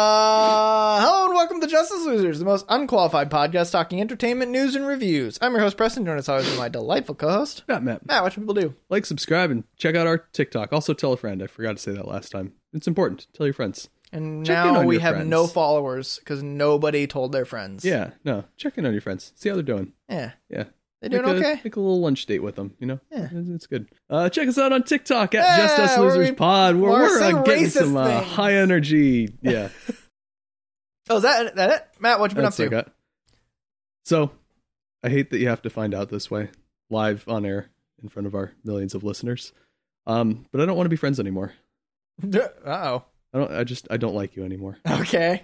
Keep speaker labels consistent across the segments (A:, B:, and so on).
A: Uh, hello and welcome to Justice Losers, the most unqualified podcast talking entertainment news and reviews. I'm your host Preston, joined as always with my delightful co-host
B: Not Matt.
A: Matt. What should people do?
B: Like, subscribe, and check out our TikTok. Also, tell a friend. I forgot to say that last time. It's important. Tell your friends.
A: And
B: Check in
A: now
B: on
A: we
B: your
A: have
B: friends.
A: no followers because nobody told their friends.
B: Yeah, no, check in on your friends. See how they're doing.
A: yeah,
B: Yeah.
A: they doing
B: Make a-
A: okay.
B: Make a little lunch date with them, you know?
A: Yeah.
B: It's, it's good. Uh, check us out on TikTok at
A: Yeah,
B: Just Us
A: where
B: Losers
A: we-
B: Pod, where
A: where
B: we're
A: we say
B: uh, getting
A: racist
B: some uh,
A: things.
B: high energy. Yeah.
A: Oh, is that that it? Matt, what you been
B: that's
A: up
B: what
A: to?
B: I got. So, I hate that you have to find out this way, live on air in front of our millions of listeners. Um, but I don't want to be friends anymore.
A: Uh
B: I don't. I just. I don't like you anymore.
A: oh. Okay.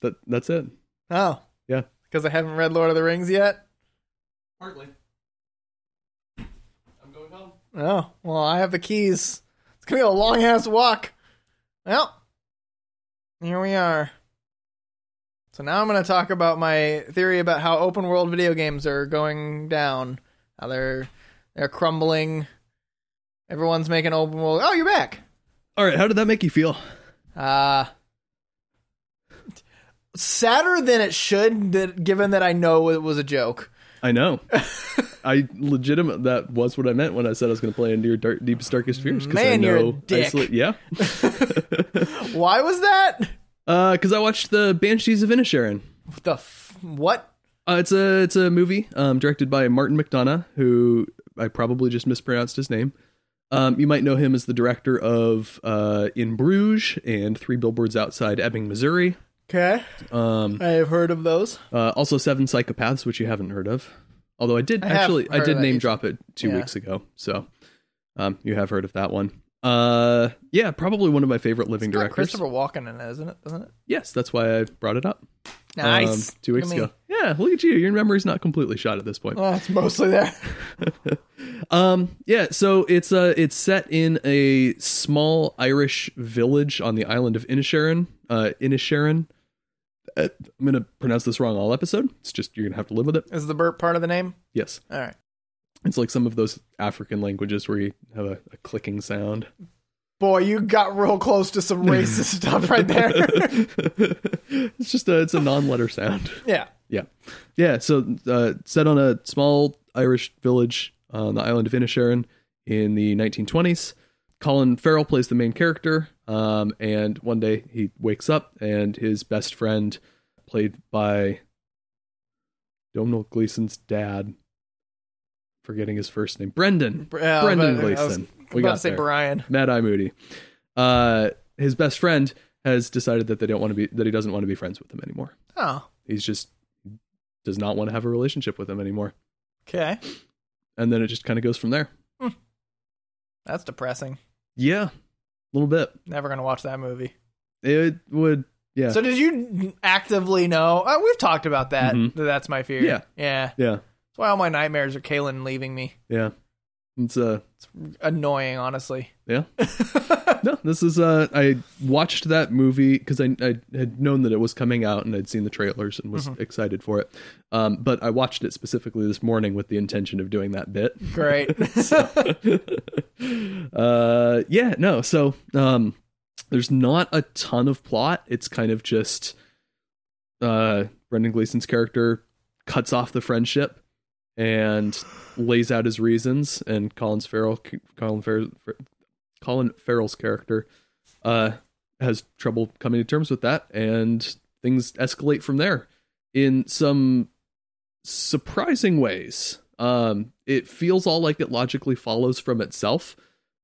B: That. That's it.
A: Oh.
B: Yeah.
A: Because I haven't read Lord of the Rings yet.
B: Partly. I'm going home.
A: Oh. Well, I have the keys. It's gonna be a long ass walk. Well, here we are. So now I'm gonna talk about my theory about how open world video games are going down. How they're they're crumbling. Everyone's making open world. Oh, you're back.
B: All right. How did that make you feel?
A: Uh sadder than it should that given that I know it was a joke.
B: I know. I legitimate that was what I meant when I said I was going to play into your dark, deepest, darkest fears. 'cause I
A: Man,
B: know
A: you're a dick.
B: isolate- yeah.
A: Why was that?
B: Because Uh, I watched the Banshees of Inisherin.
A: What the f- what?
B: Uh, it's a it's a movie um, directed by Martin McDonough, who I probably just mispronounced his name. Um, you might know him as the director of uh, In Bruges and Three Billboards Outside Ebbing, Missouri.
A: Okay.
B: Um,
A: I have heard of those.
B: uh, also Seven Psychopaths, which you haven't heard of. Although I did
A: I have
B: actually, I
A: heard
B: did
A: of that.
B: name
A: It's-
B: drop it two
A: yeah.
B: weeks ago, so um, you have heard of that one. Uh, yeah, probably one of my favorite living
A: It's got
B: directors.
A: Christopher Walken in it, isn't it? Isn't it?
B: Yes, that's why I brought it up. um,
A: Nice.
B: two
A: Look at
B: weeks
A: me.
B: ago. Yeah, look at you. Your memory's not completely shot at this point.
A: Oh, it's mostly there.
B: Um, yeah, so it's uh it's set in a small Irish village on the island of Inisherin. Uh, Inisherin. Uh, I'm gonna pronounce this wrong all episode. It's just you're gonna have to live with it.
A: Is the burp part of the name?
B: Yes,
A: All right.
B: it's like some of those African languages where you have a, a clicking sound.
A: Boy, you got real close to some racist stuff right there.
B: it's just a, it's a non-letter sound.
A: yeah.
B: Yeah, yeah. So uh, set on a small Irish village on the island of Inisherin in the 1920s. Colin Farrell plays the main character, um, and one day he wakes up and his best friend, played by Domhnall Gleeson's dad, forgetting his first name, Brendan.
A: Br- uh,
B: Brendan
A: but I was
B: Gleeson. We
A: about
B: got
A: to say
B: there.
A: Brian.
B: Mad Eye Moody. Uh, his best friend has decided that they don't want to be that he doesn't want to be friends with them anymore.
A: Oh.
B: He's just does not want to have a relationship with them anymore.
A: Okay.
B: And then it just kind of goes from there.
A: That's depressing.
B: Yeah, a little bit.
A: Never gonna watch that movie.
B: It would. Yeah,
A: So did you actively know? Uh, we've talked about that.
B: Mhm.
A: That that's my fear.
B: Yeah.
A: yeah. That's
B: yeah,
A: why all my nightmares are Kalen leaving me.
B: yeah. It's uh
A: Annoying, honestly.
B: yeah. no, this is uh I watched that movie because I I had known that it was coming out and I'd seen the trailers and was excited for it. Um, but I watched it specifically this morning with the intention of doing that bit.
A: Great.
B: uh yeah no so um there's not a ton of plot it's kind of just uh brendan gleason's character cuts off the friendship and lays out his reasons and colin's farrell colin farrell colin farrell's character uh has trouble coming to terms with that and things escalate from there in some surprising ways. Um, it feels all like it logically follows from itself.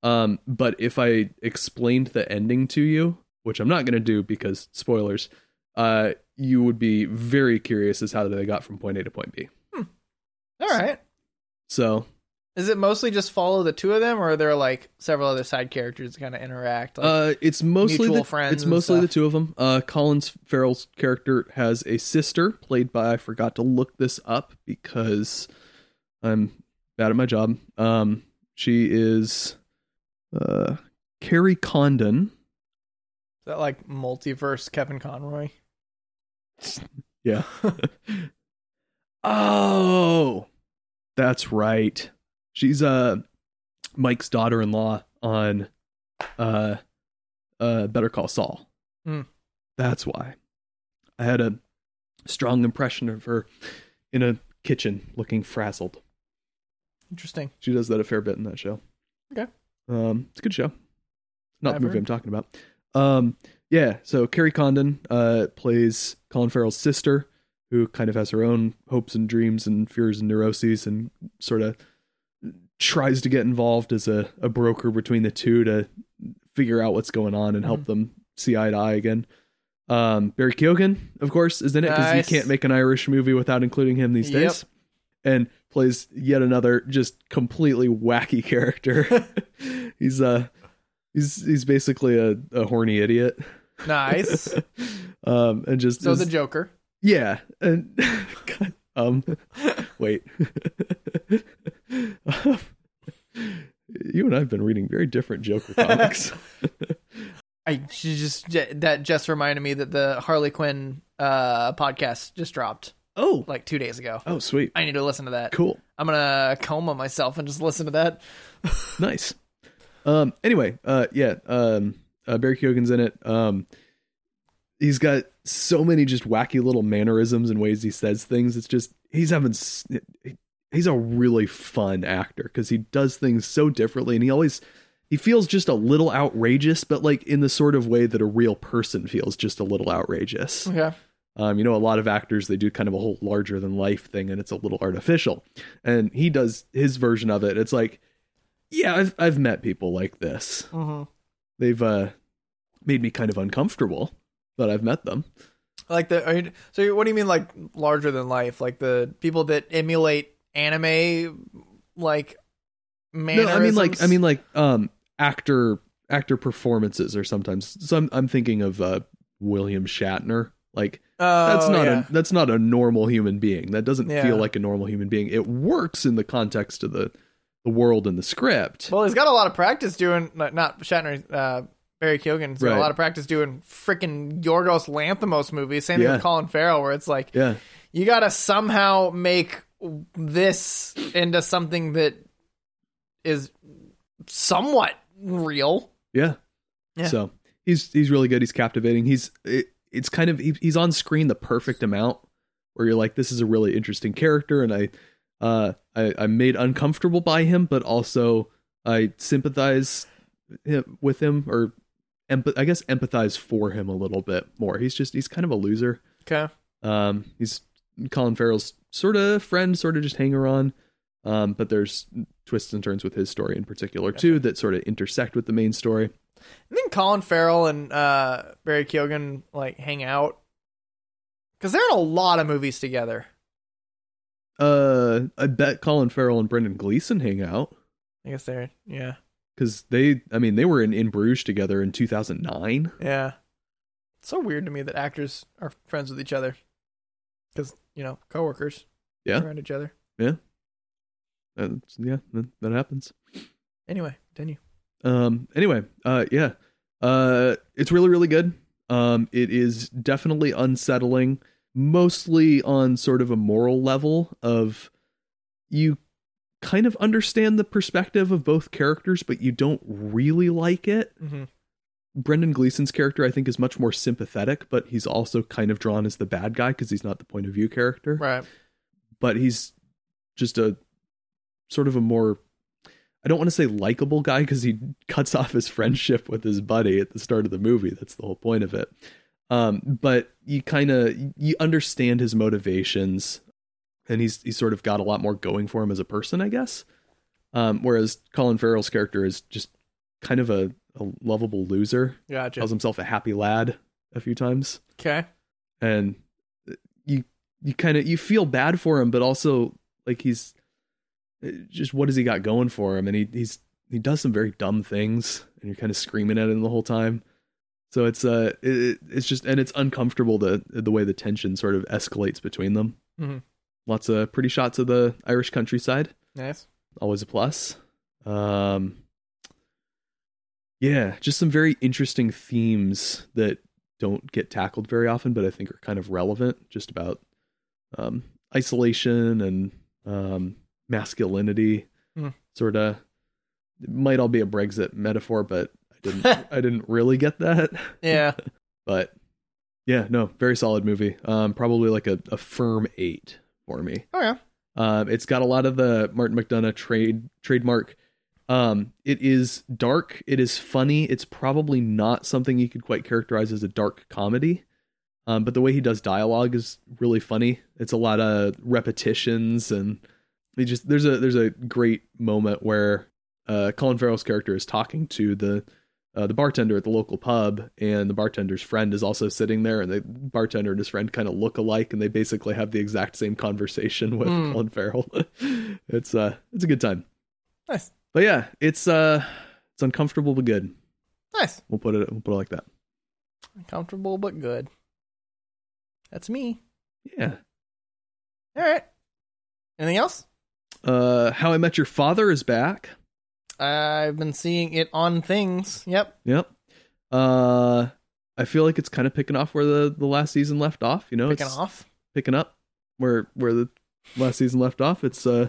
B: Um, but if I explained the ending to you, which I'm not going to do because spoilers, uh, you would be very curious as how they got from point A to point B.
A: all right.
B: So,
A: Is it mostly just follow the two of them, or are there like several other side characters that kind of interact? Like,
B: uh, it's mostly
A: mutual
B: the,
A: friends
B: it's
A: and
B: mostly the
A: stuff.
B: two of them. Uh, Collins Farrell's character has a sister played by I forgot to look this up because I'm bad at my job. Um, she is uh, Carrie Condon.
A: is that like multiverse Kevin Conroy?
B: Yeah. oh, that's right. She's uh Mike's daughter-in-law on uh uh Better Call Saul.
A: Mm.
B: That's why. I had a strong impression of her in a kitchen looking frazzled.
A: Interesting.
B: She does that a fair bit in that show.
A: Okay.
B: Um, it's a good show. Not the
A: I've
B: movie
A: heard.
B: I'm talking about. Um, yeah. So Carrie Condon uh, plays Colin Farrell's sister, who kind of has her own hopes and dreams and fears and neuroses, and sort of tries to get involved as a, a broker between the two to figure out what's going on and help
A: Mm-hmm.
B: them see eye to eye again. Um, Barry Keoghan, of course, is in it because
A: Nice.
B: he can't make an Irish movie without including him these
A: Yep.
B: days and plays yet another just completely wacky character. he's uh he's he's basically a, a horny idiot.
A: Nice.
B: um and just
A: so
B: is-
A: the Joker.
B: yeah, and God, um wait. you and I've been reading very different Joker comics.
A: I she just j- that just reminded me that the Harley Quinn uh podcast just dropped
B: oh.
A: like 2 days ago.
B: Oh, sweet.
A: I need to listen to that.
B: Cool.
A: I'm going to coma myself and just listen to that.
B: nice. Um. Anyway. Uh. Yeah. Um. Uh, Barry Keoghan's in it. Um. He's got so many just wacky little mannerisms and ways he says things. It's just he's having. s- He's a really fun actor because he does things so differently, and he always he feels just a little outrageous, but like in the sort of way that a real person feels just a little outrageous.
A: Yeah.
B: Um, you know, a lot of actors they do kind of a whole larger than life thing, and it's a little artificial. And he does his version of it. It's like, yeah, I've I've met people like this.
A: Mhm.
B: They've uh, made me kind of uncomfortable, but I've met them.
A: Like the are you, so you- what do you mean like larger than life? Like the people that emulate anime like
B: No,
A: mannerisms?
B: I mean like I mean like um actor actor performances are sometimes. So I'm I'm thinking of uh William Shatner. Like
A: Oh,
B: that's not
A: yeah.
B: a that's not a normal human being. That doesn't
A: Yeah.
B: feel like a normal human being. It works in the context of the the world and the script.
A: Well, he's got a lot of practice doing not, not Shatner, uh, Barry Keoghan's got
B: Right.
A: a lot of practice doing freaking Yorgos Lanthimos movies. Same thing
B: Yeah.
A: with Colin Farrell, where it's like
B: yeah.
A: you got to somehow make this into something that is somewhat real.
B: Yeah.
A: Yeah.
B: So he's he's really good. He's captivating. He's it, it's kind of he, he's on screen the perfect amount where you're like, this is a really interesting character, and I uh I, I'm made uncomfortable by him, but also I sympathize him, with him or empath- I guess empathize for him a little bit more. He's just he's kind of a loser.
A: Okay.
B: Um, he's Colin Farrell's sort of friend, sort of just hanger on. Um, but there's twists and turns with his story in particular too that sort of intersect with the main story.
A: And then Colin Farrell and uh, Barry Keoghan like hang out because they're in a lot of movies together.
B: Uh, I bet Colin Farrell and Brendan Gleeson hang out
A: I guess they're yeah.
B: because they, I mean, they were in In Bruges together in 2009.
A: Yeah. It's so weird to me that actors are friends with each other. Because, you know, coworkers.
B: Yeah.
A: Around each other.
B: Uh, yeah, that, that happens.
A: Anyway, continue.
B: Um, anyway, uh, yeah, uh, it's really, really good. Um, it is definitely unsettling, mostly on sort of a moral level of you kind of understand the perspective of both characters, but you don't really like it.
A: Mm-hmm.
B: Brendan Gleason's character, I think, is much more sympathetic, but he's also kind of drawn as the bad guy because he's not the point of view character.
A: Right.
B: But he's just a sort of a more, I don't want to say likable guy because he cuts off his friendship with his buddy at the start of the movie. That's the whole point of it. Um, but you kind of you understand his motivations, and he's he's sort of got a lot more going for him as a person, I guess. Um, whereas Colin Farrell's character is just kind of a, a lovable loser
A: Gotcha.
B: calls himself a happy lad a few times
A: Okay.
B: and you you kind of you feel bad for him but also like he's eh, just what has he got going for him and he he's he does some very dumb things and you're kind of screaming at him the whole time so it's uh it, it- it's just and it's uncomfortable the the way the tension sort of escalates between them
A: Mhm.
B: lots of pretty shots of the irish countryside
A: Nice.
B: always a plus. Um, yeah, just some very interesting themes that don't get tackled very often, but I think are kind of relevant. Just about um, isolation and um, masculinity,
A: Mm.
B: sort of. It might all be a Brexit metaphor, but I didn't. I didn't really get that.
A: Yeah.
B: But yeah, no, very solid movie. Um, probably like a, a firm eight for me.
A: Oh yeah.
B: Um, it's got a lot of the Martin McDonough trade trademark. Um, it is dark. It is funny. It's probably not something you could quite characterize as a dark comedy. Um, but the way he does dialogue is really funny. It's a lot of repetitions and they just there's a there's a great moment where uh, Colin Farrell's character is talking to the uh, the bartender at the local pub, and the bartender's friend is also sitting there, and the bartender and his friend kind of look alike, and they basically have the exact same conversation with
A: Hmm.
B: Colin Farrell. it's uh, it's a good time,
A: Nice.
B: but yeah, it's uh, it's uncomfortable but good.
A: Nice.
B: We'll put it we'll put it like that.
A: Comfortable but good. That's me.
B: Yeah.
A: All right. Anything else?
B: Uh, How I Met Your Father is back.
A: I've been seeing it on things. Yep.
B: Yep. Uh, I feel like it's kind of picking off where the the last season left off. You know,
A: Picking
B: it's,
A: off.
B: picking up where where the last season left off. It's uh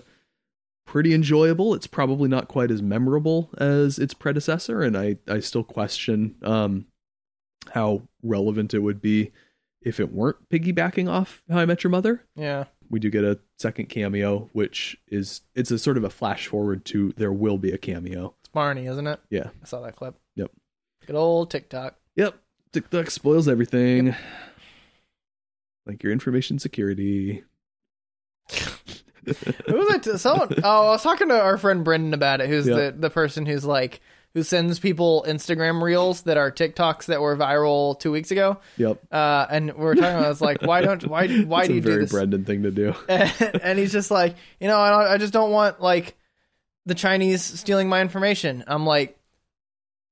B: pretty enjoyable. It's probably not quite as memorable as its predecessor, and I I still question um how relevant it would be if it weren't piggybacking off How I Met Your Mother.
A: Yeah.
B: We do get a second cameo, which is it's a sort of a flash forward to there will be a cameo.
A: It's Barney, isn't it?
B: Yeah.
A: I saw that clip.
B: Yep.
A: Good old TikTok.
B: Yep. TikTok spoils everything. Like your information security.
A: Who was I? T- someone. Oh, I was talking to our friend Brendan about it. Who's
B: Yeah.
A: the the person who's like who sends people Instagram reels that are TikToks that were viral two weeks ago.
B: Yep.
A: Uh, and we were talking about it's like why don't why why
B: It's
A: do
B: a
A: you do
B: very
A: this?
B: Brendan thing to do.
A: and, and he's just like, you know, I, don't, I just don't want like the Chinese stealing my information. I'm like,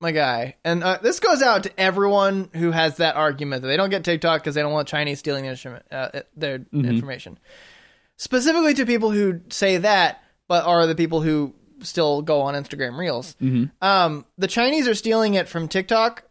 A: my guy, and uh, this goes out to everyone who has that argument that they don't get TikTok because they don't want Chinese stealing their, instrument, uh, their information. Specifically to people who say that, but are the people who still go on Instagram Reels. Um, the Chinese are stealing it from TikTok.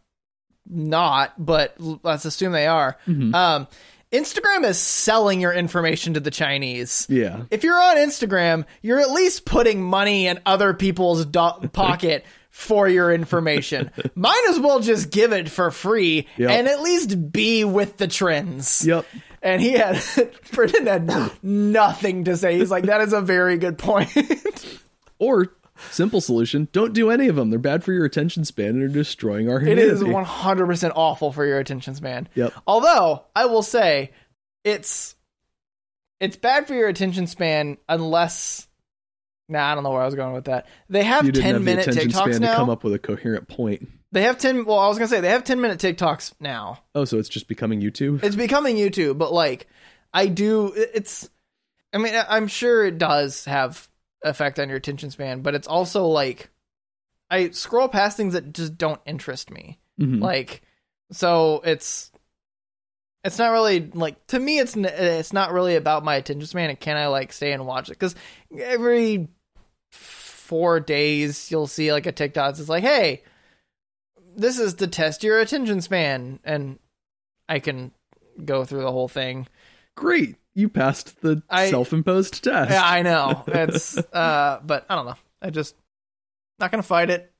A: Not, but l- let's assume they are. Um, Instagram is selling your information to the Chinese.
B: Yeah.
A: If you're on Instagram, you're at least putting money in other people's do- pocket for your information. Might as well just give it for free
B: Yep.
A: and at least be with the trends.
B: Yep.
A: And he had, Brendan had nothing to say. He's like, that is a very good point.
B: Or simple solution: don't do any of them. They're bad for your attention span and are destroying our
A: It
B: humanity.
A: is 100% awful for your attention span.
B: Yep.
A: Although, I will say it's it's bad for your attention span unless Nah, I don't know where I was going with that. They have
B: you
A: 10
B: didn't have the
A: minute
B: attention
A: TikToks
B: span to come
A: now.
B: up with a coherent point.
A: They have 10 well, I was going to say they have 10 minute TikToks now.
B: Oh, so it's just becoming YouTube.
A: It's becoming YouTube, but like I do it- it's I mean, I- I'm sure it does have effect on your attention span, but it's also like I scroll past things that just don't interest me.
B: Mhm.
A: like so it's it's not really like to me it's n- it's not really about my attention span and can i like stay and watch it because every four days you'll see like a tiktok that's like hey this is to test your attention span and i can go through the whole thing
B: Great, you passed the
A: I-
B: self-imposed test.
A: yeah i know it's uh but i don't know i just not gonna fight it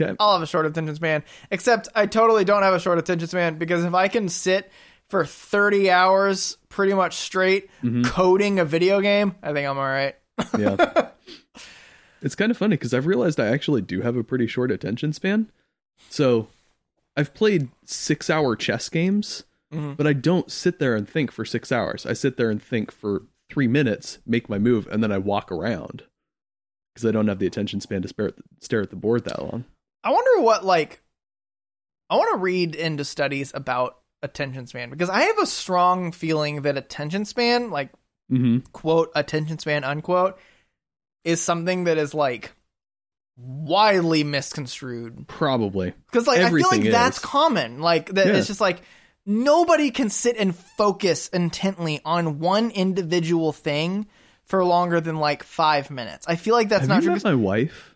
B: okay.
A: I'll have a short attention span. Except I totally don't have a short attention span because if I can sit for 30 hours pretty much straight coding a video game, I think I'm all right.
B: yeah. It's kind of funny because I've realized I actually do have a pretty short attention span. So I've played six hour chess games,
A: Mm-hmm.
B: but I don't sit there and think for six hours. I sit there and think for three minutes, make my move, and then I walk around because I don't have the attention span to spare, stare at the board that long.
A: I wonder what like I want to read into studies about attention span because I have a strong feeling that attention span, like
B: Mm-hmm.
A: quote attention span unquote, is something that is like widely misconstrued
B: Probably.
A: Because like I feel
B: Everything
A: like that's
B: is.
A: common. Like that
B: Yeah.
A: it's just like nobody can sit and focus intently on one individual thing for longer than like five minutes. I feel like that's
B: have
A: not
B: you
A: true.
B: met my wife?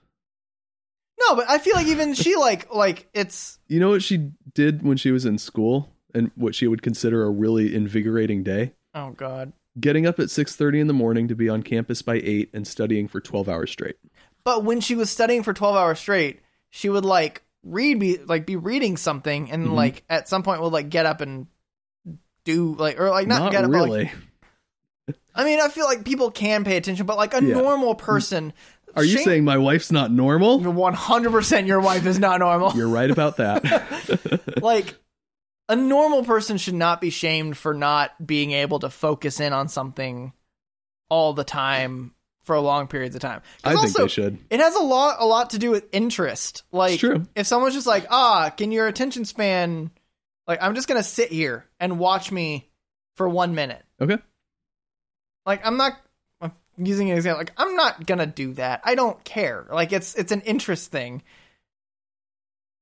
A: No, but I feel like even she like like it's
B: You know what she did when she was in school and what she would consider a really invigorating day?
A: oh god.
B: getting up at 6.30 in the morning to be on campus by 8 and studying for 12 hours straight
A: But when she was studying for twelve hours straight, she would like read be like be reading something and
B: Mhm.
A: like at some point will like get up and do like or like not,
B: Not,
A: get up but, like,
B: really.
A: I mean, I feel like people can pay attention, but like a
B: Yeah. Mm.
A: normal person,
B: Are you saying my wife's not normal?
A: one hundred percent your wife is not normal?
B: You're right about that.
A: like a normal person should not be shamed for not being able to focus in on something all the time for long periods of time. 'Cause
B: I think
A: also,
B: they should.
A: It has a lot, a lot to do with interest. Like,
B: It's true.
A: if someone's just like, ah, can your attention span? Like, I'm just gonna sit here and watch me for one minute.
B: Okay.
A: Like, I'm not. I'm using an example. Like, I'm not gonna do that. I don't care. Like, it's it's an interest thing.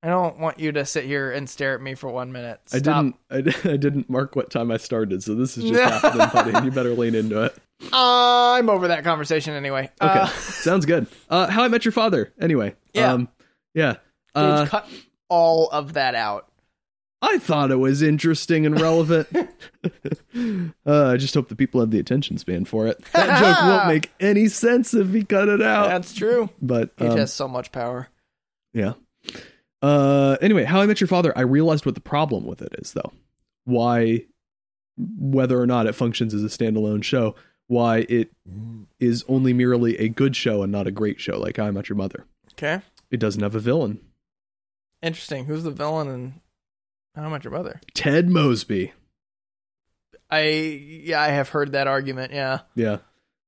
A: I don't want you to sit here and stare at me for one minute.
B: I
A: Stop.
B: didn't. I, di- I didn't mark what time I started, so this is just happening, buddy. You better lean into it.
A: Uh, I'm over that conversation anyway.
B: Okay,
A: Uh,
B: sounds good. Uh, How I Met Your Father. Anyway,
A: Yeah.
B: um, yeah.
A: dude,
B: Uh,
A: cut all of that out.
B: I thought it was interesting and relevant. uh, I just hope the people have the attention span for it. That joke won't make any sense if he cut it out.
A: That's true.
B: but
A: He
B: Oh. um,
A: has so much power.
B: Yeah. Uh anyway, How I Met Your Father, I realized what the problem with it is though. Why whether or not it functions as a standalone show, why it is only merely a good show and not a great show like How I Met Your Mother.
A: Okay,
B: It doesn't have a villain.
A: interesting. Who's the villain and how much your mother?
B: Ted Mosby.
A: I yeah, I have heard that argument. Yeah,
B: Yeah.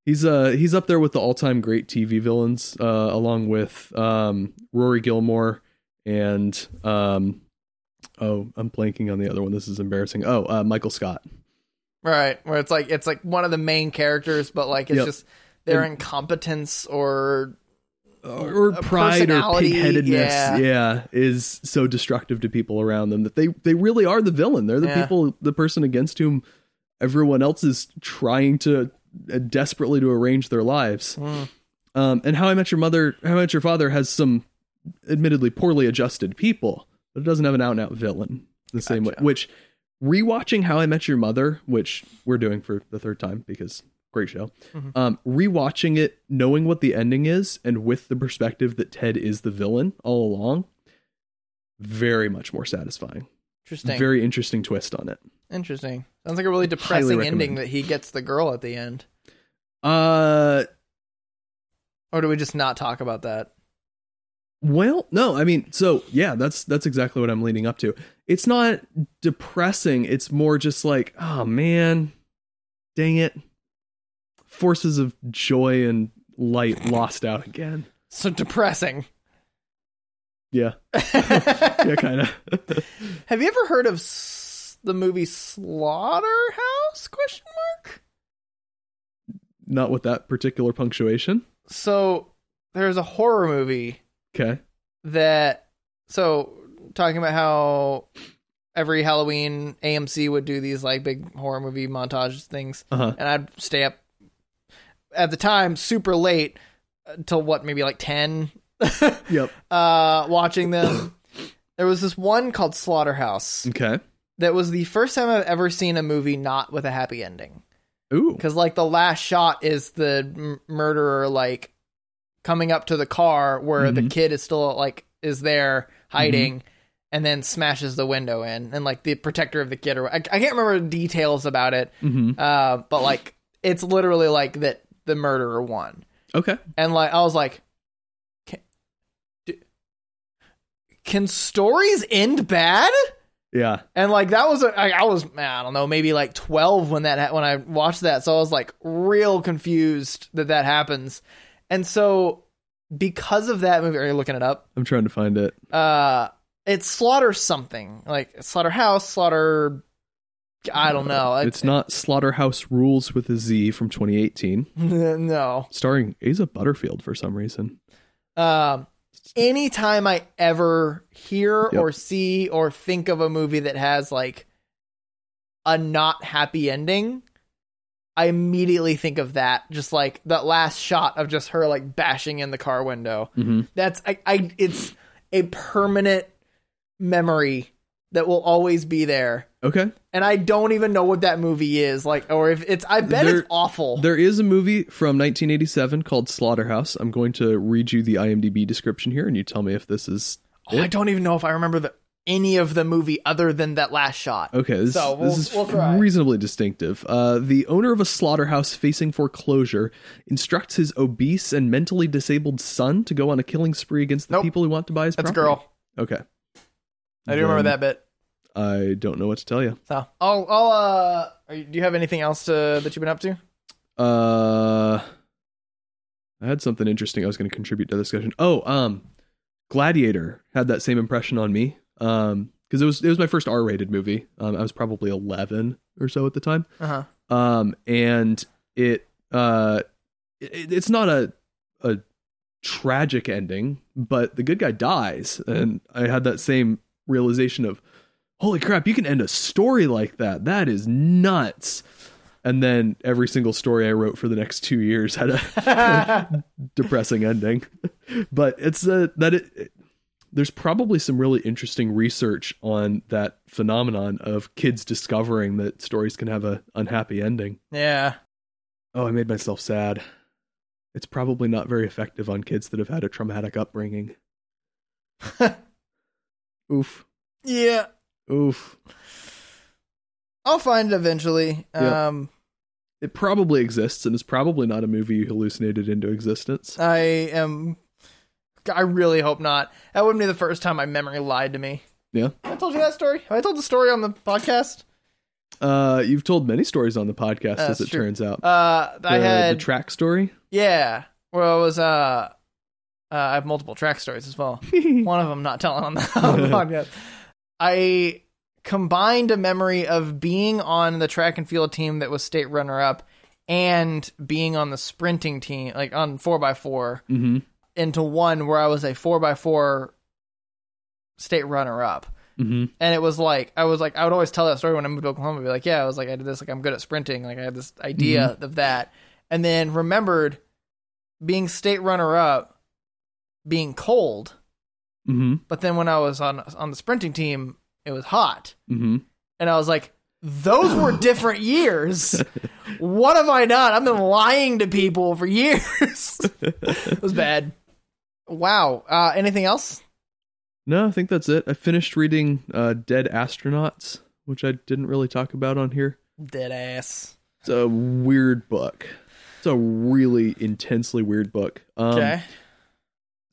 B: He's uh he's up there with the all-time great TV villains uh along with um Rory Gilmore and um oh, I'm blanking on the other one. This is embarrassing. Oh, uh Michael Scott.
A: right. Where it's like it's like one of the main characters, but like it's
B: Yep.
A: just their incompetence or
B: Oh, or pride or
A: personality,
B: pigheadedness,
A: yeah.
B: yeah. is so destructive to people around them that they they really are the villain. They're the
A: Yeah.
B: people, the person against whom everyone else is trying to uh, desperately to arrange their lives.
A: Mm.
B: Um, and How I Met Your Mother, How I Met Your Father has some admittedly poorly adjusted people, but it doesn't have an out and out villain the same way.
A: Gotcha.
B: Which rewatching How I Met Your Mother, which we're doing for the third time because great show.
A: Mhm.
B: Um, rewatching it, knowing what the ending is, and with the perspective that Ted is the villain all along, very much more satisfying.
A: interesting.
B: Very interesting twist on it.
A: interesting. Sounds like a really depressing ending
B: recommend.
A: that he gets the girl at the end.
B: Uh,
A: Or do we just not talk about that?
B: Well, no, I mean, so yeah, that's that's exactly what I'm leading up to. It's not depressing. It's more just like, oh man, dang it, forces of joy and light lost out again.
A: So depressing.
B: Yeah, yeah, kind of.
A: Have you ever heard of s- the movie Slaughterhouse? Question mark.
B: not with that particular punctuation.
A: So there's a horror movie
B: Okay.
A: that. So talking about how every Halloween AMC would do these like big horror movie montage things,
B: Uh huh.
A: and I'd stay up at the time super late until what maybe like ten, uh,
B: Yep.
A: watching them. there was this one called Slaughterhouse
B: Okay.
A: that was the first time I've ever seen a movie not with a happy ending.
B: Ooh.
A: because like the last shot is the m- murderer like coming up to the car where the
B: Mhm.
A: kid is still like is there hiding and then smashes the window in and like the protector of the kid or I, I can't remember details about it
B: Mm-hmm.
A: uh, but like it's literally like that the murderer won
B: Okay.
A: and like I was like can, do, can stories end bad
B: Yeah.
A: and like that was a, I, I was I don't know maybe like twelve when that ha- when I watched that, so I was like real confused that that happens, and so because of that movie, are you looking it up?
B: I'm trying to find it.
A: Uh, it slaughters something like slaughter house, slaughter. I don't know.
B: It's not Slaughterhouse Rules with a Z from 2018,
A: no.
B: starring Asa Butterfield for some reason.
A: Um, anytime I ever hear
B: Yep.
A: or see or think of a movie that has like a not happy ending, I immediately think of that. Just like that last shot of just her like bashing in the car window.
B: Mm-hmm.
A: That's I, I it's a permanent memory that will always be there.
B: Okay.
A: And I don't even know what that movie is like, or if it's. I bet
B: There-
A: it's awful.
B: There is a movie from 1987 called Slaughterhouse. I'm going to read you the IMDb description here, and you tell me if this is
A: Oh, I
B: It-
A: don't even know if I remember the, any of the movie other than that last shot.
B: Okay, this,
A: So, we'll-
B: this is
A: we'll try.
B: reasonably distinctive. Uh, the owner of a slaughterhouse facing foreclosure instructs his obese and mentally disabled son to go on a killing spree against the
A: Nope.
B: people who want to buy his
A: That's a
B: property.
A: girl.
B: Okay,
A: I do remember that
B: Then-
A: bit.
B: I don't know what to tell you.
A: So I'll, I'll uh, are you, do you have anything else to, that you've been up to?
B: Uh, I had something interesting I was going to contribute to the discussion. Oh, um, Gladiator had that same impression on me. Um, because it was it was my first R-rated movie. Um, I was probably 11 or so at the time.
A: Uh huh.
B: um and it uh it, it's not a a tragic ending but the good guy dies and i had that same realization of holy crap you can end a story like that that is nuts and then every single story i wrote for the next 2 years had a depressing ending but it's uh, that it, it- there's probably some really interesting research on that phenomenon of kids discovering that stories can have a unhappy ending.
A: Yeah.
B: Oh, I made myself sad. It's probably not very effective on kids that have had a traumatic upbringing. Oof.
A: Yeah.
B: Oof.
A: I'll find it eventually.
B: Yeah.
A: Um,
B: It probably exists and is probably not a movie you hallucinated into existence.
A: I am. I really hope not. That wouldn't be the first time my memory lied to me.
B: Yeah.
A: Have I told you that story. Have I told the story on the podcast?
B: Uh, you've told many stories on the podcast,
A: That's
B: as it
A: true.
B: turns out.
A: Uh, I
B: The-
A: had
B: the track story.
A: yeah. Well, it was uh, uh, I have multiple track stories as well.
B: Mm-hmm,
A: One of them not telling on the, on the podcast. I combined a memory of being on the track and field team that was state runner up and being on the sprinting team, like on four by four,
B: hmm
A: into one where I was a four by four state runner up.
B: hmm
A: And it was like I was like I would always tell that story when I moved to Oklahoma. I'd Be like, yeah, I was like I did this. Like I'm good at sprinting. Like I had this idea of that, and then remembered being state runner up, being cold.
B: hmm
A: But then when I was on on the sprinting team, it was hot,
B: hmm
A: and I was like, those were different years. What have I done? I've been lying to people for years. it was bad. Wow. Uh, anything else?
B: No, I think that's it. I finished reading uh, Dead Astronauts, which I didn't really talk about on here.
A: Dead ass.
B: It's a weird book. It's a really intensely weird book. Um,
A: Okay.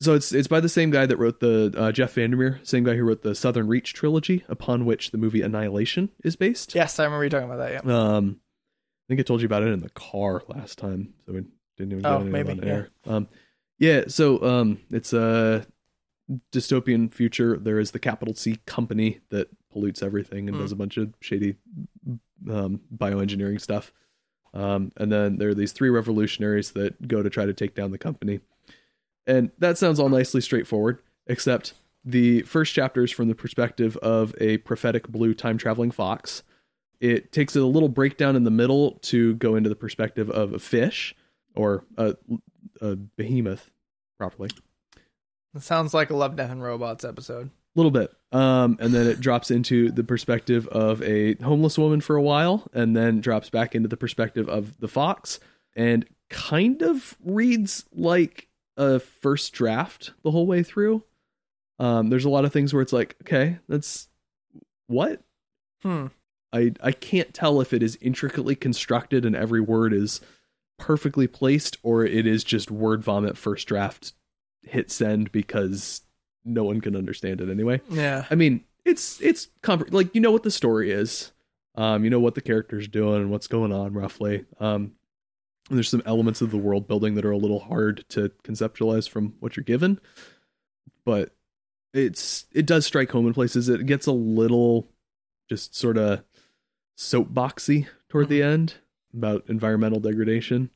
B: So it's it's by the same guy that wrote the uh, Jeff Vandermeer, same guy who wrote the Southern Reach trilogy, upon which the movie Annihilation is based.
A: yes, I remember you talking about that. Yeah.
B: Um, I think I told you about it in the car last time, so we didn't even get
A: Oh,
B: into
A: maybe,
B: it on
A: yeah.
B: air. Um, yeah. So um, it's a dystopian future. There is the capital C company that pollutes everything and
A: Mm.
B: does a bunch of shady um, bioengineering stuff. Um, and then there are these three revolutionaries that go to try to take down the company. And that sounds all nicely straightforward, except the first chapter is from the perspective of a prophetic blue time traveling fox. It takes a little breakdown in the middle to go into the perspective of a fish or a, a behemoth, properly.
A: It sounds like a Love, Death, and Robots episode.
B: little bit um and then it drops into the perspective of a homeless woman for a while and then drops back into the perspective of the fox and kind of reads like a first draft the whole way through um there's a lot of things where it's like okay that's what
A: Hmm.
B: i i can't tell if it is intricately constructed and every word is perfectly placed or it is just word vomit first draft hit send because no one can understand it anyway
A: Yeah.
B: I mean, it's it's compre- like you know what the story is. Um, you know what the characters doing and what's going on roughly. Um, and there's some elements of the world building that are a little hard to conceptualize from what you're given, but it's it does strike home in places. It gets a little just sort of soapboxy toward the end about environmental degradation.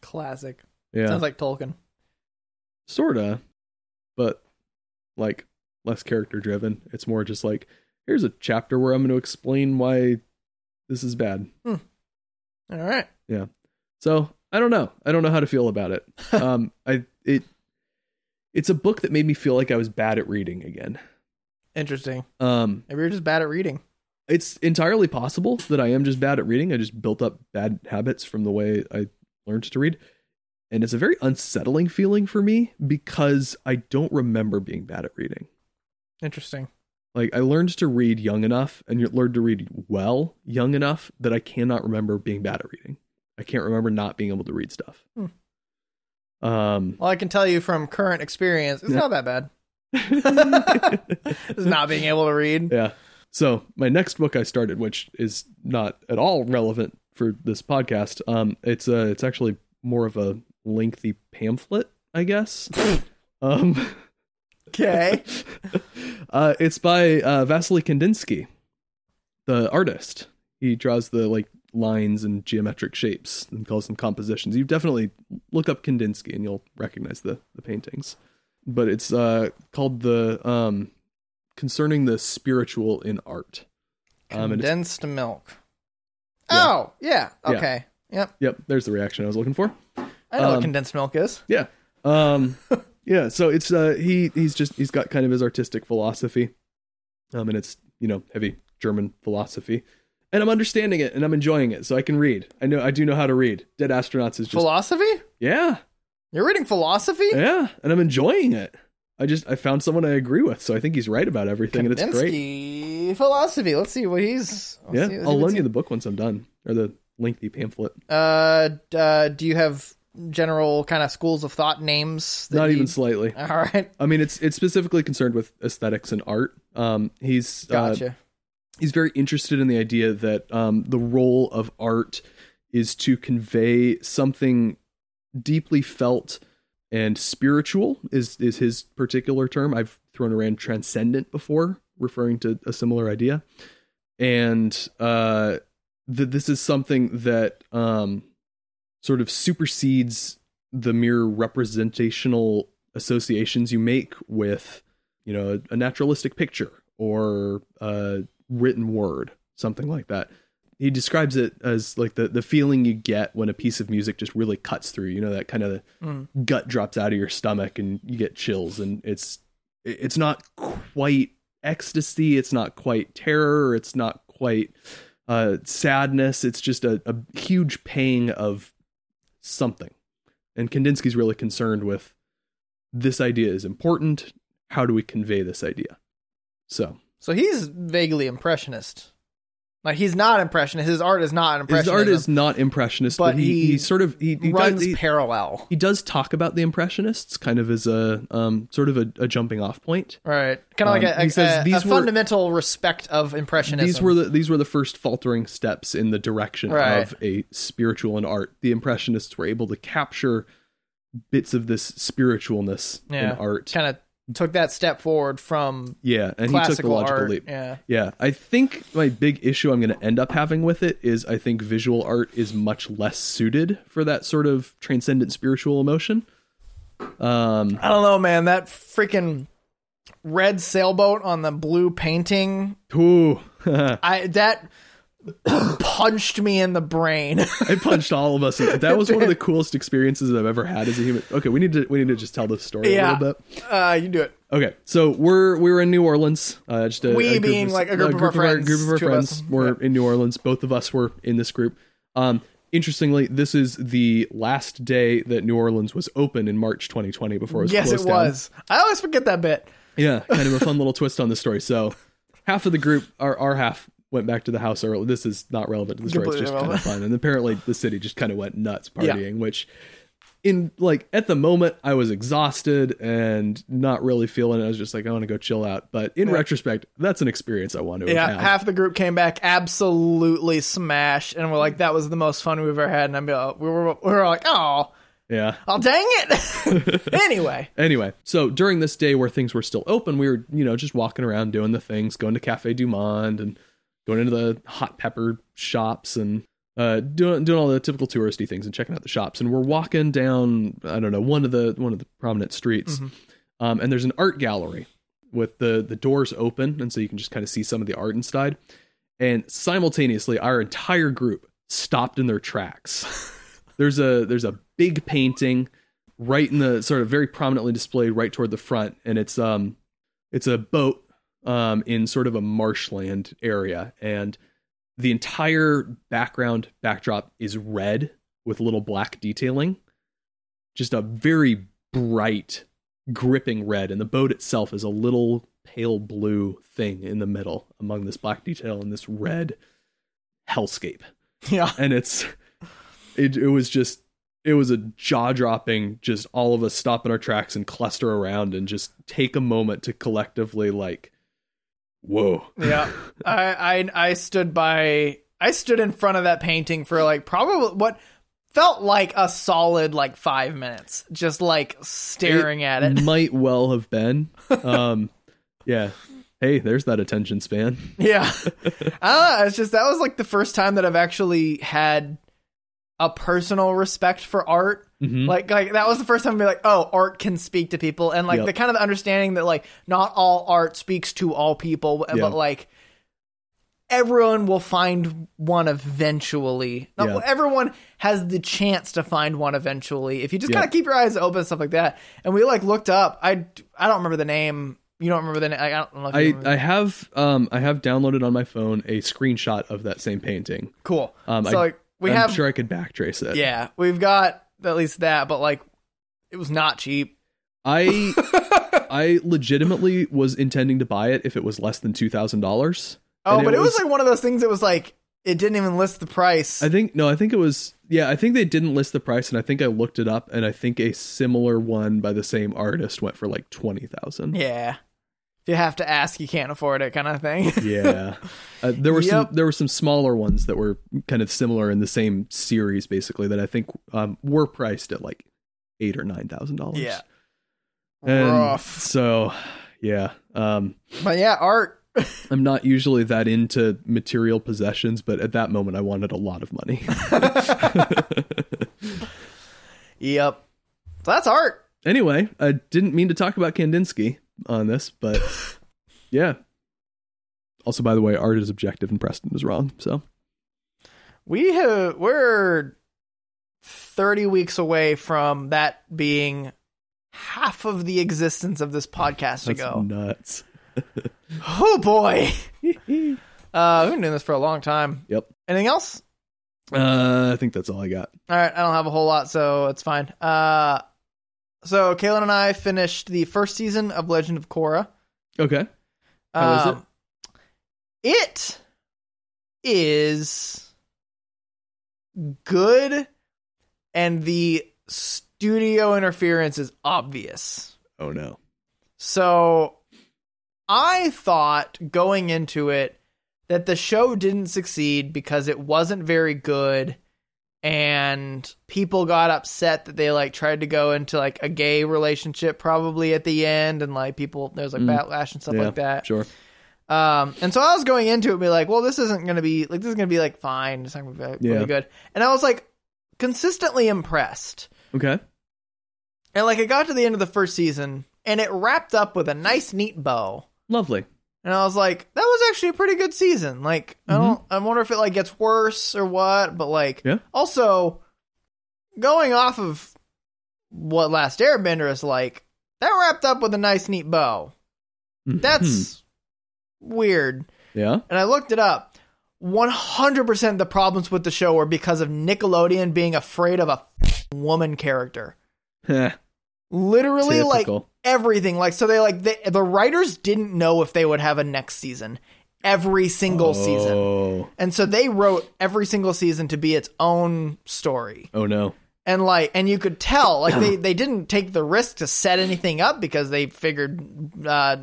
A: Classic.
B: Yeah,
A: Sounds like Tolkien.
B: sorta, but like less character driven. It's more just like here's a chapter where I'm going to explain why this is bad.
A: All right.
B: So I don't know. I don't know how to feel about it. um, I it it's a book that made me feel like I was bad at reading again.
A: Interesting.
B: Um,
A: Maybe you're just bad at reading.
B: it's entirely possible that I am just bad at reading. I just built up bad habits from the way I learned to read. And it's a very unsettling feeling for me because I don't remember being bad at reading.
A: Interesting.
B: Like I learned to read young enough and you learned to read well young enough that I cannot remember being bad at reading. I can't remember not being able to read stuff. Um
A: Well, I can tell you from current experience, it's
B: Yeah.
A: not that bad. It's not being able to read.
B: Yeah. So my next book I started, which is not at all relevant for this podcast, um, it's a it's actually more of a lengthy pamphlet, I guess. um,
A: Okay.
B: uh, it's by uh, Vasily Kandinsky, the artist. He draws the like lines and geometric shapes and calls them compositions. You definitely look up Kandinsky and you'll recognize the the paintings. But it's uh, called the um, concerning the spiritual in art. Um, and it's-
A: Condensed milk.
B: Yeah.
A: Oh, yeah.
B: Yeah.
A: Okay. Yep.
B: Yep, there's the reaction I was looking for.
A: I know what
B: Um,
A: condensed milk is.
B: Yeah. Um yeah, so it's uh he he's just he's got kind of his artistic philosophy. Um and it's, you know, heavy German philosophy. And I'm understanding it and I'm enjoying it, so I can read. I know I do know how to read. Dead astronauts is just
A: philosophy?
B: Yeah.
A: You're reading philosophy?
B: Yeah, and I'm enjoying it. I just I found someone I agree with, so I think he's right about everything and it's great.
A: Kandinsky philosophy. Let's see what he's. let's
B: Yeah.
A: see- let's see
B: I'll
A: what's
B: loan
A: he-
B: you the book once I'm done or the lengthy pamphlet.
A: Uh, d- uh, do you have general kind of schools of thought names? that
B: Not
A: you-
B: even uh, slightly.
A: All right,
B: I mean, it's it's specifically concerned with aesthetics and art. Um, he's uh,
A: gotcha.
B: he's very interested in the idea that um, the role of art is to convey something deeply felt and spiritual is is his particular term. I've thrown around transcendent before, referring to a similar idea, and uh, that this is something that um, sort of supersedes the mere representational associations you make with you know a naturalistic picture or uh, a written word something like that he describes it as like the the feeling you get when a piece of music just really cuts through you know that kind of
A: Mm.
B: gut drops out of your stomach and you get chills and it's it- it's not quite ecstasy it's not quite terror it's not quite uh sadness it's just a, a huge pang of something and kandinsky's really concerned with this idea is important how do we convey this idea so
A: So he's vaguely impressionist. Like he's not impressionist. His art is not
B: his
A: impressionist.
B: art is not impressionist but,
A: But
B: he, he,
A: he
B: sort of he, he
A: runs
B: does, he,
A: parallel.
B: he does talk about the impressionists kind of as a um sort of a, a jumping off point
A: Right, kind of
B: Um,
A: like a,
B: he
A: a,
B: says
A: a- a
B: these were-
A: fundamental respect of impressionism.
B: these were the these were the first faltering steps in the direction
A: Right.
B: of a spiritual and art the impressionists were able to capture bits of this spiritualness
A: Yeah.
B: in art
A: kind of took that step forward from
B: yeah and he took the
A: classical
B: logical
A: art.
B: leap
A: Yeah,
B: Yeah, I think my big issue I'm going to end up having with it is I think visual art is much less suited for that sort of transcendent spiritual emotion. Um,
A: I don't know, man. That freaking red sailboat on the blue painting.
B: ooh, it
A: I that punched me in the brain.
B: punched all of us. That was one of the coolest experiences I've ever had as a human. Okay, we need to we need to just tell this story a
A: Yeah.
B: little bit.
A: uh, you do it.
B: Okay, so we're we were in New Orleans. Uh, just a,
A: We
B: a group
A: being,
B: of,
A: like, a group of our friends,
B: group of our
A: two of us.
B: friends were in New Orleans. Both of us were in this group. Um, interestingly, this is the last day that New Orleans was open in March 2020 before it was
A: Yes, it
B: closed down.
A: was. I always forget that bit.
B: Yeah, kind of a fun little twist on the story. So, half of the group, our our half, went back to the house early. This is not relevant to the story. It's
A: Completely
B: just kind of fun. And apparently, the city just kind of went nuts partying, which. In like at the moment, I was exhausted and not really feeling it. I was just like, I want to go chill out. But in retrospect, that's an experience I want to
A: Yeah,
B: have.
A: half the group came back absolutely smashed, and we're like, "That was the most fun we've ever had." And I'm like, we were, we were like, "Oh,
B: yeah.
A: oh, dang it!" anyway,
B: Anyway, so during this day where things were still open, we were, you know, just walking around doing the things, going to Cafe Du Monde and going into the hot pepper shops and uh, doing doing all the typical touristy things and checking out the shops. And we're walking down, I don't know, one of the one of the prominent streets, um, and there's an art gallery with the the doors open, and so you can just kind of see some of the art inside. And simultaneously, our entire group stopped in their tracks. there's a there's a big painting right in the sort of very prominently displayed right toward the front and it's um it's a boat um in sort of a marshland area and the entire background backdrop is red with little black detailing just a very bright gripping red and the boat itself is a little pale blue thing in the middle among this black detail and this red hellscape
A: Yeah.
B: and it's it, it was just it was a jaw-dropping just all of us stop in our tracks and cluster around and just take a moment to collectively like whoa
A: Yeah. I, I I stood by I stood in front of that painting for like probably what felt like a solid like five minutes. Just like staring at it.
B: might well have been um yeah hey there's that attention span
A: Yeah. I don't know, it's just that was like the first time that I've actually had a personal respect for art.
B: Mhm.
A: Like like that was the first time I'd be like, oh, art can speak to people and like
B: Yep.
A: the kind of the understanding that like not all art speaks to all people,
B: Yeah.
A: but like everyone will find one eventually. Not,
B: Yeah.
A: Everyone has the chance to find one eventually if you just
B: Yeah.
A: kind of keep your eyes open and stuff like that. And we like looked up. I I don't remember the name. You don't remember the name. I I don't know. If you
B: I,
A: remember.
B: I have um I have downloaded on my phone a screenshot of that same painting.
A: cool.
B: Um,
A: so
B: I-
A: like we
B: I'm
A: have
B: sure I could backtrace it.
A: Yeah, we've got at least that, but like, it was not cheap.
B: I I legitimately was intending to buy it if it was less than two thousand dollars.
A: Oh,
B: And
A: but
B: it
A: it was,
B: was-
A: like one of those things that was like it didn't even list the price.
B: I think no, I think it was yeah, I think they didn't list the price and I think I looked it up and I think a similar one by the same artist went for like twenty thousand.
A: yeah, if you have to ask, you can't afford it, kind of thing.
B: Yeah. Uh, there were
A: Yep.
B: some there were some smaller ones that were kind of similar in the same series basically that I think um, were priced at like eight or nine thousand dollars.
A: Yeah.
B: And
A: Rough,
B: So, yeah. Um,
A: but yeah, art.
B: I'm not usually that into material possessions, but at that moment, I wanted a lot of money.
A: Yep, so that's art.
B: anyway, I didn't mean to talk about Kandinsky on this, but yeah. Also, by the way, art is objective and Preston is wrong. So,
A: We have we're thirty weeks away from that being half of the existence of this podcast
B: that's
A: ago.
B: nuts.
A: Oh boy,
B: yep.
A: uh, we've been doing this for a long time. Anything else?
B: Uh, I think that's all I got.
A: All right, I don't have a whole lot, so it's fine. Uh, so Kaylin and I finished the first season of Legend of Korra.
B: Okay. How was
A: Um, It is good, and the studio interference is obvious.
B: Oh, no.
A: So I thought going into it that the show didn't succeed because it wasn't very good and people got upset that they like tried to go into like a gay relationship probably at the end and like people there's like
B: Mm.
A: backlash and stuff
B: Yeah,
A: like that.
B: Sure.
A: Um, and so I was going into it and be like, well, this isn't going to be like, this is going to be like fine. It's not going to be
B: Yeah.
A: really good. And I was like consistently impressed.
B: Okay.
A: And like, it got to the end of the first season and it wrapped up with a nice, neat bow.
B: Lovely.
A: And I was like, that was actually a pretty good season. Like, I don't, I wonder if it like gets worse or what, but like,
B: Yeah.
A: also going off of what Last Airbender is like, that wrapped up with a nice, neat bow. That's weird.
B: Mm-hmm. yeah.
A: And I looked it up. 100% of the problems with the show were because of Nickelodeon being afraid of a f- woman character.
B: Heh,
A: Literally, like
B: typical.
A: everything like so they like they, the writers didn't know if they would have a next season every single season
B: Oh.
A: and so they wrote every single season to be its own story
B: Oh no.
A: and like and you could tell like they, they didn't take the risk to set anything up because they figured uh,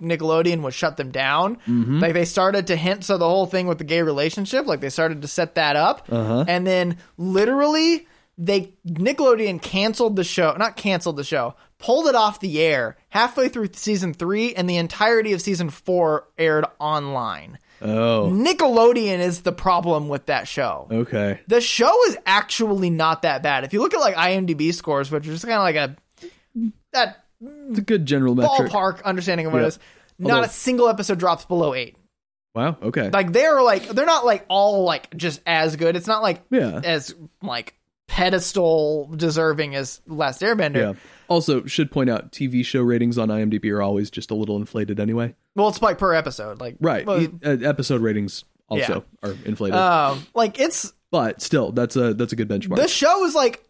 A: nickelodeon would shut them down like they started to hint so the whole thing with the gay relationship like they started to set that up
B: Uh-huh.
A: and then literally they nickelodeon canceled the show not canceled the show pulled it off the air halfway through season three and the entirety of season four aired online
B: Oh.
A: nickelodeon is the problem with that show
B: Okay.
A: the show is actually not that bad. If you look at like IMDb scores, which are just kind of like a that
B: It's a good general metric.
A: ballpark understanding of what
B: Yeah.
A: it is, not
B: Although-
A: a single episode drops below eight.
B: Wow. Okay.
A: Like they're like they're not like all like just as good. It's not like
B: Yeah.
A: as like pedestal deserving as Last Airbender.
B: Yeah. Also, should point out TV show ratings on IMDb are always just a little inflated anyway.
A: Well, it's like per episode, like
B: Right.
A: Well,
B: E- uh, episode ratings also are inflated.
A: um, like it's
B: but still, that's a that's a good benchmark.
A: the show is like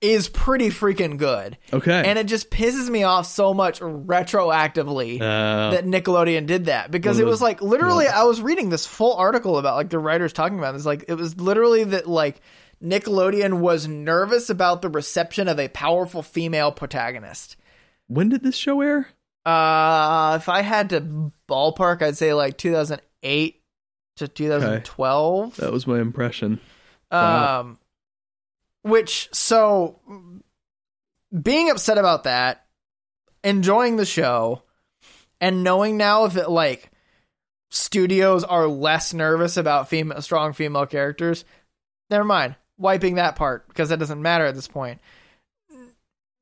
A: is pretty freaking good.
B: Okay.
A: And it just pisses me off so much retroactively
B: uh,
A: that Nickelodeon did that because
B: One
A: it
B: of
A: was
B: those-
A: like literally
B: yeah.
A: I was reading this full article about like the writers talking about this like it was literally that like Nickelodeon was nervous about the reception of a powerful female protagonist.
B: when did this show air?
A: Uh if I had to ballpark I'd say like 2008 to 2012.
B: That was my impression. Wow.
A: Um, which so being upset about that, enjoying the show, and knowing now that like studios are less nervous about female strong female characters. Never mind, wiping that part because that doesn't matter at this point.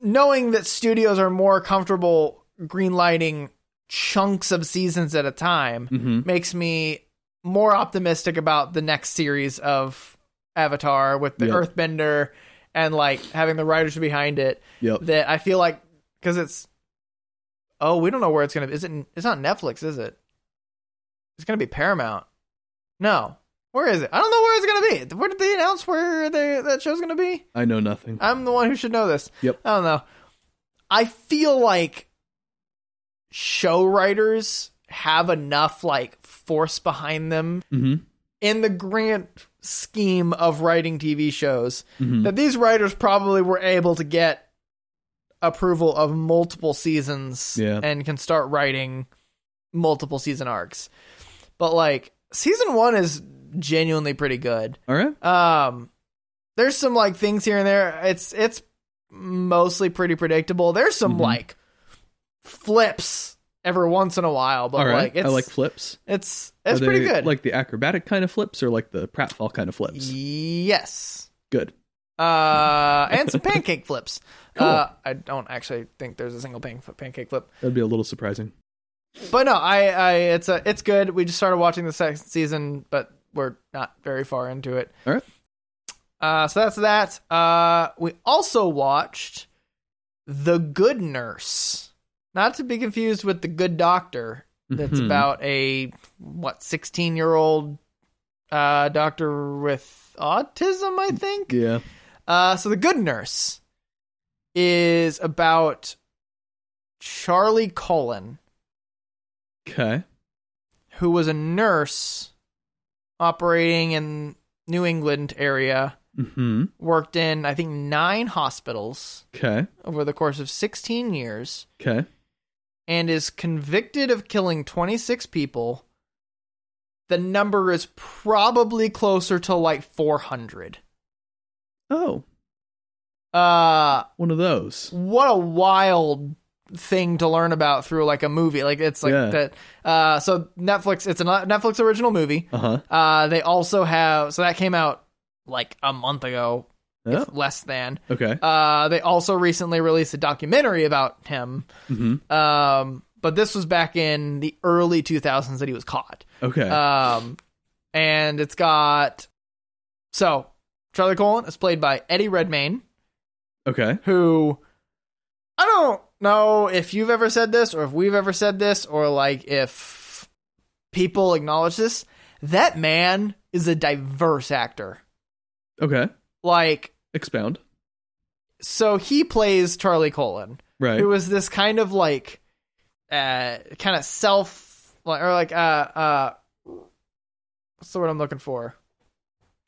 A: Knowing that studios are more comfortable greenlighting chunks of seasons at a time,
B: Mm-hmm.
A: makes me more optimistic about the next series of Avatar with the
B: Yeah.
A: Earthbender and like having the writers behind it.
B: Yep.
A: That I feel like because it's oh we don't know where it's gonna be. Is it? It's not Netflix, is it? It's gonna be Paramount. No, where is it? I don't know where it's gonna be. Where did they announce where they, that show's gonna be?
B: I know nothing.
A: I'm the one who should know this.
B: Yep.
A: I don't know. I feel like show writers have enough like force behind them
B: mm-hmm.
A: in the grand scheme of writing TV shows
B: Mm-hmm.
A: that these writers probably were able to get approval of multiple seasons
B: Yeah.
A: and can start writing multiple season arcs. But like season 1 is genuinely pretty good.
B: All right.
A: Um, there's some like things here and there. It's it's mostly pretty predictable. There's some
B: Mhm.
A: like flips every once in a while, but
B: All right.
A: like it's
B: I like flips.
A: it's it's
B: Are
A: pretty
B: they
A: good.
B: Like the acrobatic kind of flips or like the pratfall kind of flips.
A: yes.
B: Good.
A: Uh, and some pancake flips.
B: Cool.
A: Uh, I don't actually think there's a single pan- pancake flip,
B: That'd be a little surprising.
A: but no, I, I, it's a, it's good. We just started watching the second season, but we're not very far into it.
B: All right.
A: Uh, so that's that. Uh, we also watched The Good Nurse, not to be confused with The Good Doctor. That's
B: Mhm.
A: about a what sixteen year old uh, doctor with autism, I think.
B: Yeah.
A: Uh, so The Good Nurse is about Charlie Cullen,
B: Okay.
A: who was a nurse operating in New England area.
B: Mm-hmm.
A: Worked in I think nine hospitals.
B: Okay.
A: over the course of 16 years
B: Okay.
A: and is convicted of killing 26 people, the number is probably closer to like 400.
B: Oh,
A: Uh,
B: one of those.
A: what a wild thing to learn about through like a movie. Like it's like
B: Yeah.
A: that. Uh, so Netflix, it's a Netflix original movie.
B: Uh huh.
A: Uh, they also have so that came out like a month ago,
B: Oh,
A: if less than.
B: okay.
A: Uh, they also recently released a documentary about him.
B: Mm-hmm.
A: Um, but this was back in the early 2000s that he was caught.
B: Okay.
A: Um, and it's got so Charlie Colin is played by Eddie Redmayne,
B: okay.
A: who I don't know if you've ever said this or if we've ever said this or like if people acknowledge this. That man is a diverse actor.
B: Okay.
A: Like,
B: Expound.
A: so he plays Charlie Colin.
B: Right.
A: It was this kind of like uh kind of self like or like uh uh what's the word i'm looking for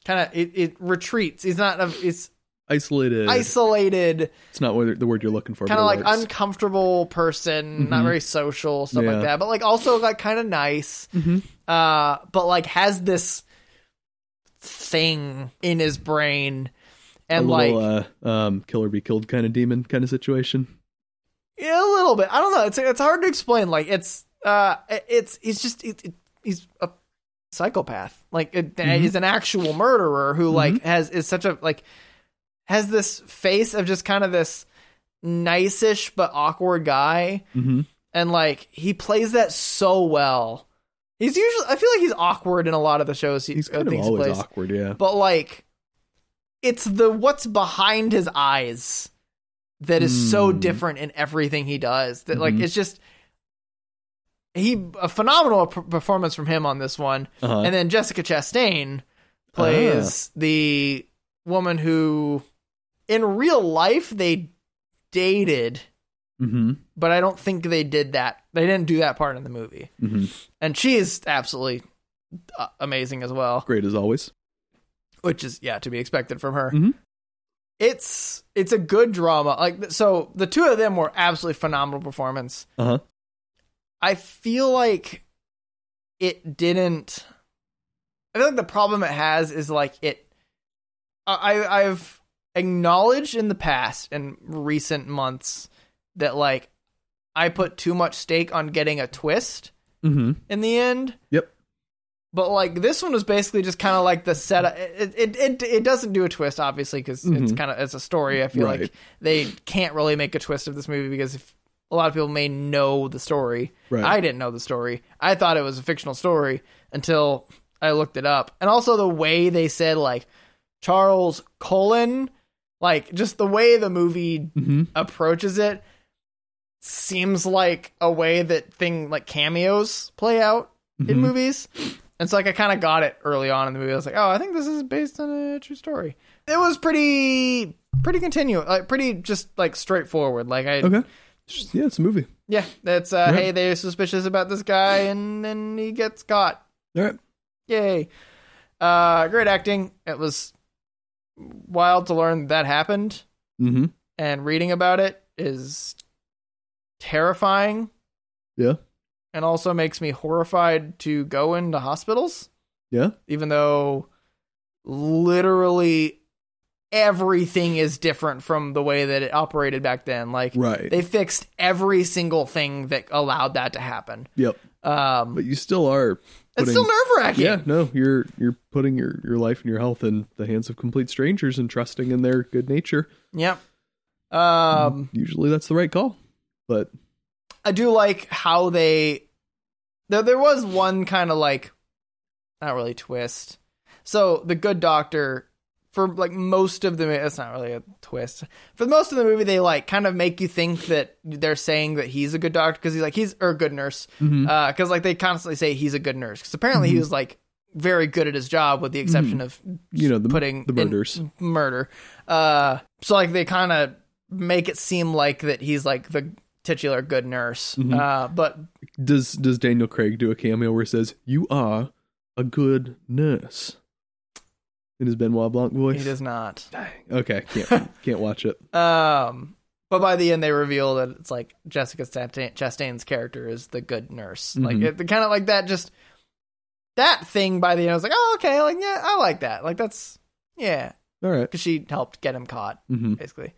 A: kind of it, it retreats he's not a, it's
B: Isolated.
A: isolated
B: it's not what- the word you're looking for.
A: kind of
B: but
A: like
B: it works.
A: uncomfortable person not
B: Mhm.
A: very social stuff
B: Yeah.
A: like that but like also like kind of nice
B: Mhm.
A: uh but like has this thing in his brain and
B: a
A: like
B: little, uh, um, kill or be killed kind of demon kind of situation.
A: Yeah, a little bit. I don't know. It's it's hard to explain. Like it's uh, it's he's just it, it, he's a psychopath. Like it,
B: Mhm.
A: he's an actual murderer
B: Mm-hmm.
A: who like has is such a like has this face of just kind of this nice-ish but awkward guy,
B: Mm-hmm.
A: and like he plays that so well. He's usually I feel like he's awkward in a lot of the shows. He,
B: He's
A: uh,
B: kind of
A: things he
B: always
A: plays.
B: awkward. Yeah.
A: but like it's the what's behind his eyes that is so
B: Mm.
A: different in everything he does that like
B: Mhm.
A: it's just he a phenomenal p- performance from him on this one
B: Uh-huh.
A: and then Jessica Chastain plays the woman who in real life they dated,
B: hmm
A: but I don't think they did that. They didn't do that part in the movie.
B: hmm
A: And she is absolutely uh, amazing as well,
B: Great as always.
A: which is yeah, to be expected from her.
B: Mhm.
A: It's it's a good drama. Like th- so the two of them were absolutely phenomenal performance.
B: Uh huh.
A: I feel like it didn't. I feel like the problem it has is like it. I I- I've acknowledged in the past in recent months that like I put too much stake on getting a twist
B: hmm
A: in the end.
B: Yep.
A: But like this one was basically just kind of like the setup. It it, it it doesn't do a twist obviously because it's
B: Mhm.
A: kind of it's a story. I feel like
B: Right.
A: they can't really make a twist of this movie because if a lot of people may know the story.
B: Right.
A: I didn't know the story. I thought it was a fictional story until I looked it up. And also the way they said like Charles Colon, like just the way the movie
B: hmm
A: approaches it seems like a way that thing like cameos play out in
B: Mhm.
A: movies. And so like I kind of got it early on in the movie. I was like, "Oh, I think this is based on a true story." It was pretty pretty continuous, like pretty just like straightforward. Like I
B: Okay. It's just- Yeah, it's a movie.
A: yeah, that's uh
B: Yeah.
A: hey, they're suspicious about this guy and then he gets caught.
B: All right.
A: Yay. Uh great acting. It was wild to learn that happened
B: Mm-hmm.
A: and reading about it is terrifying
B: Yeah.
A: and also makes me horrified to go into hospitals,
B: Yeah.
A: even though literally everything is different from the way that it operated back then. Like
B: Right.
A: they fixed every single thing that allowed that to happen.
B: yep.
A: Um
B: But you still are.
A: it's still nerve wracking.
B: yeah. No, you're you're putting your your life and your health in the hands of complete strangers and trusting in their good nature.
A: Yep. Um,
B: Usually, that's the right call. But
A: I do like how they. There, there was one kind of like, not really twist. So the good doctor, for like most of the, mo- it's not really a twist. For most of the movie, they like kind of make you think that they're saying that he's a good doctor because he's like he's or a good nurse
B: Mhm.
A: because like they constantly say he's a good nurse because apparently he was like very good at his job with the exception of
B: you know the
A: putting
B: the
A: in-
B: murders.
A: murder. Uh, so like they kind of make it seem like that he's like the titular good nurse.
B: Mhm.
A: Uh, but
B: does does Daniel Craig do a cameo where he says you are a good nurse in his Benoit Blanc voice?
A: he does not.
B: Dang. Okay, can't can't watch it.
A: Um, but by the end they reveal that it's like Jessica Chastain- Chastain's character is the good nurse. Like
B: Mhm.
A: it kind of like that just that thing by the end I was like, "Oh, okay, like yeah, I like that." Like that's yeah,
B: All right.
A: cuz she helped get him caught
B: Mhm.
A: basically.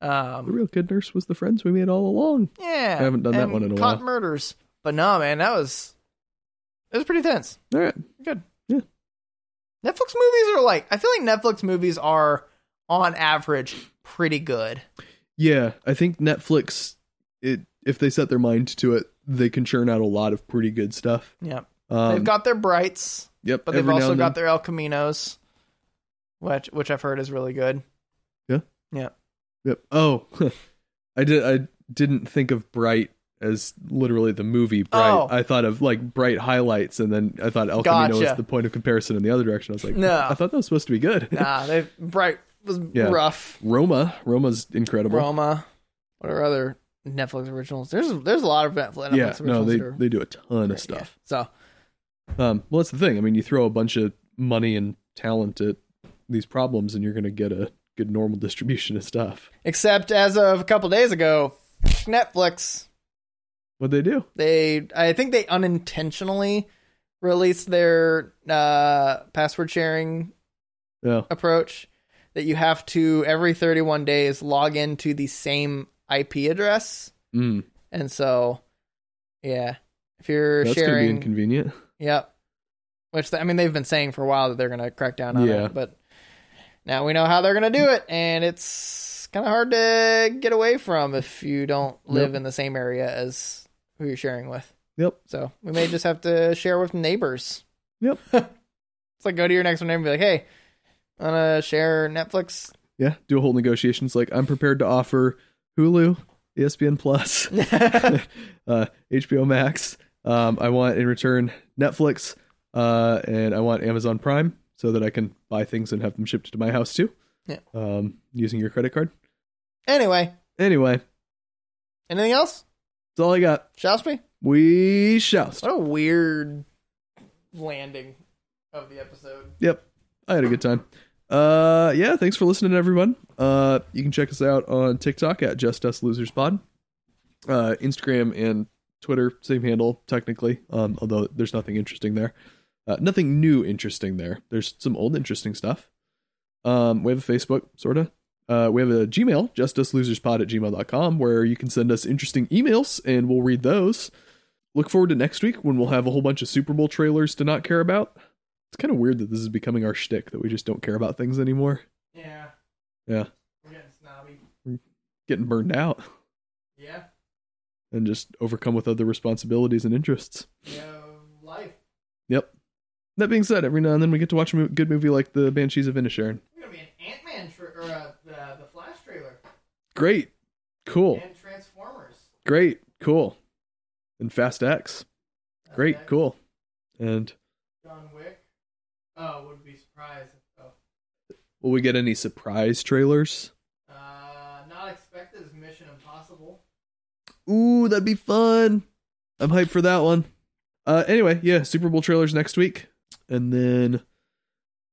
B: The
A: Um,
B: real good nurse was the friends we made all along.
A: yeah.
B: I haven't done that
A: and
B: one in a
A: caught
B: while.
A: murders. But no, man, that was it was pretty tense.
B: All right.
A: Good.
B: Yeah.
A: Netflix movies are like I feel like Netflix movies are on average pretty good.
B: Yeah, I think Netflix it if they set their mind to it, they can churn out a lot of pretty good stuff.
A: Yeah.
B: Um,
A: they've got their brights,
B: yep,
A: but they've
B: every now
A: also
B: and
A: got
B: then.
A: their El Caminos, which which I've heard is really good.
B: yep. Oh, I did. I didn't think of Bright as literally the movie Bright.
A: Oh.
B: I thought of like Bright highlights, and then I thought El Camino
A: Gotcha.
B: was the point of comparison in the other direction. I was like,
A: No.
B: I thought that was supposed to be good.
A: Nah, they bright was
B: Yeah.
A: rough.
B: Roma, Roma's incredible.
A: Roma, what are other Netflix originals? There's there's a lot of Netflix
B: yeah,
A: originals.
B: no, they
A: that are
B: they do a ton
A: great,
B: of stuff.
A: yeah. So
B: Um, well, that's the thing. I mean, you throw a bunch of money and talent at these problems, and you're going to get a good normal distribution of stuff.
A: except as of a couple days ago, Netflix
B: What they do?
A: they i think they unintentionally released their uh password sharing
B: Oh,
A: approach that you have to every 31 days log into the same ip address
B: mm,
A: and so yeah if you're
B: that's going to be
A: sharing
B: inconvenient.
A: yep which i mean they've been saying for a while that they're going to crack down on
B: Yeah.
A: it but now we know how they're going to do it and it's kind of hard to get away from if you don't live
B: Yep.
A: in the same area as who you're sharing with
B: Yep.
A: so we may just have to share with neighbors.
B: Yep.
A: it's like go to your next door neighbor and be like, hey, wanna share Netflix?
B: Yeah. Do a whole negotiations like I'm prepared to offer Hulu, E ESPN Plus, uh, HBO Max. Um, I want in return Netflix, uh, and I want Amazon Prime so that I can buy things and have them shipped to my house too.
A: Yeah.
B: Um, using your credit card.
A: Anyway,
B: Anyway,
A: anything else?
B: that's all I got.
A: Shaspi?
B: We shoust.
A: What a weird landing of the episode.
B: Yep. I had a good time. Uh yeah, thanks for listening everyone. Uh you can check us out on TikTok at Just Us Losers Pod. Uh Instagram and Twitter, same handle technically. Um although there's nothing interesting there. Uh, nothing new interesting there. There's some old interesting stuff. Um we have a Facebook sorta. Uh, we have a Gmail, justiceloserspod at gmail.com, where you can send us interesting emails and we'll read those. Look forward to next week when we'll have a whole bunch of Super Bowl trailers to not care about. It's kind of weird that this is becoming our shtick that we just don't care about things anymore.
A: Yeah.
B: Yeah.
A: We're getting snobby.
B: Getting burned out
A: Yeah.
B: and just overcome with other responsibilities and interests.
A: Yeah. Life.
B: Yep. That being said, every now and then we get to watch a mo- good movie like The Banshees of Inisherin.
A: We're gonna be an Ant Man tra- or uh, the the Flash trailer
B: Great. Cool.
A: and Transformers.
B: Great. Cool. And Fast X. Great.
A: Okay.
B: Cool. And
A: Uh, John Wick. Oh, would be surprised. Oh.
B: will we get any surprise trailers?
A: Uh, not expected is Mission Impossible.
B: Ooh, that'd be fun. I'm hyped for that one. Uh, anyway, yeah, Super Bowl trailers next week, and then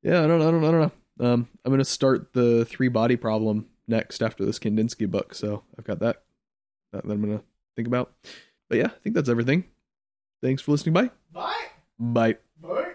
B: yeah, I don't, I don't, I don't know. Um, I'm gonna start the three body problem next after this Kandinsky book, so I've got that that, that I'm gonna think about. But yeah, I think that's everything. Thanks for listening. Bye.
A: Bye.
B: Bye.
A: Bye.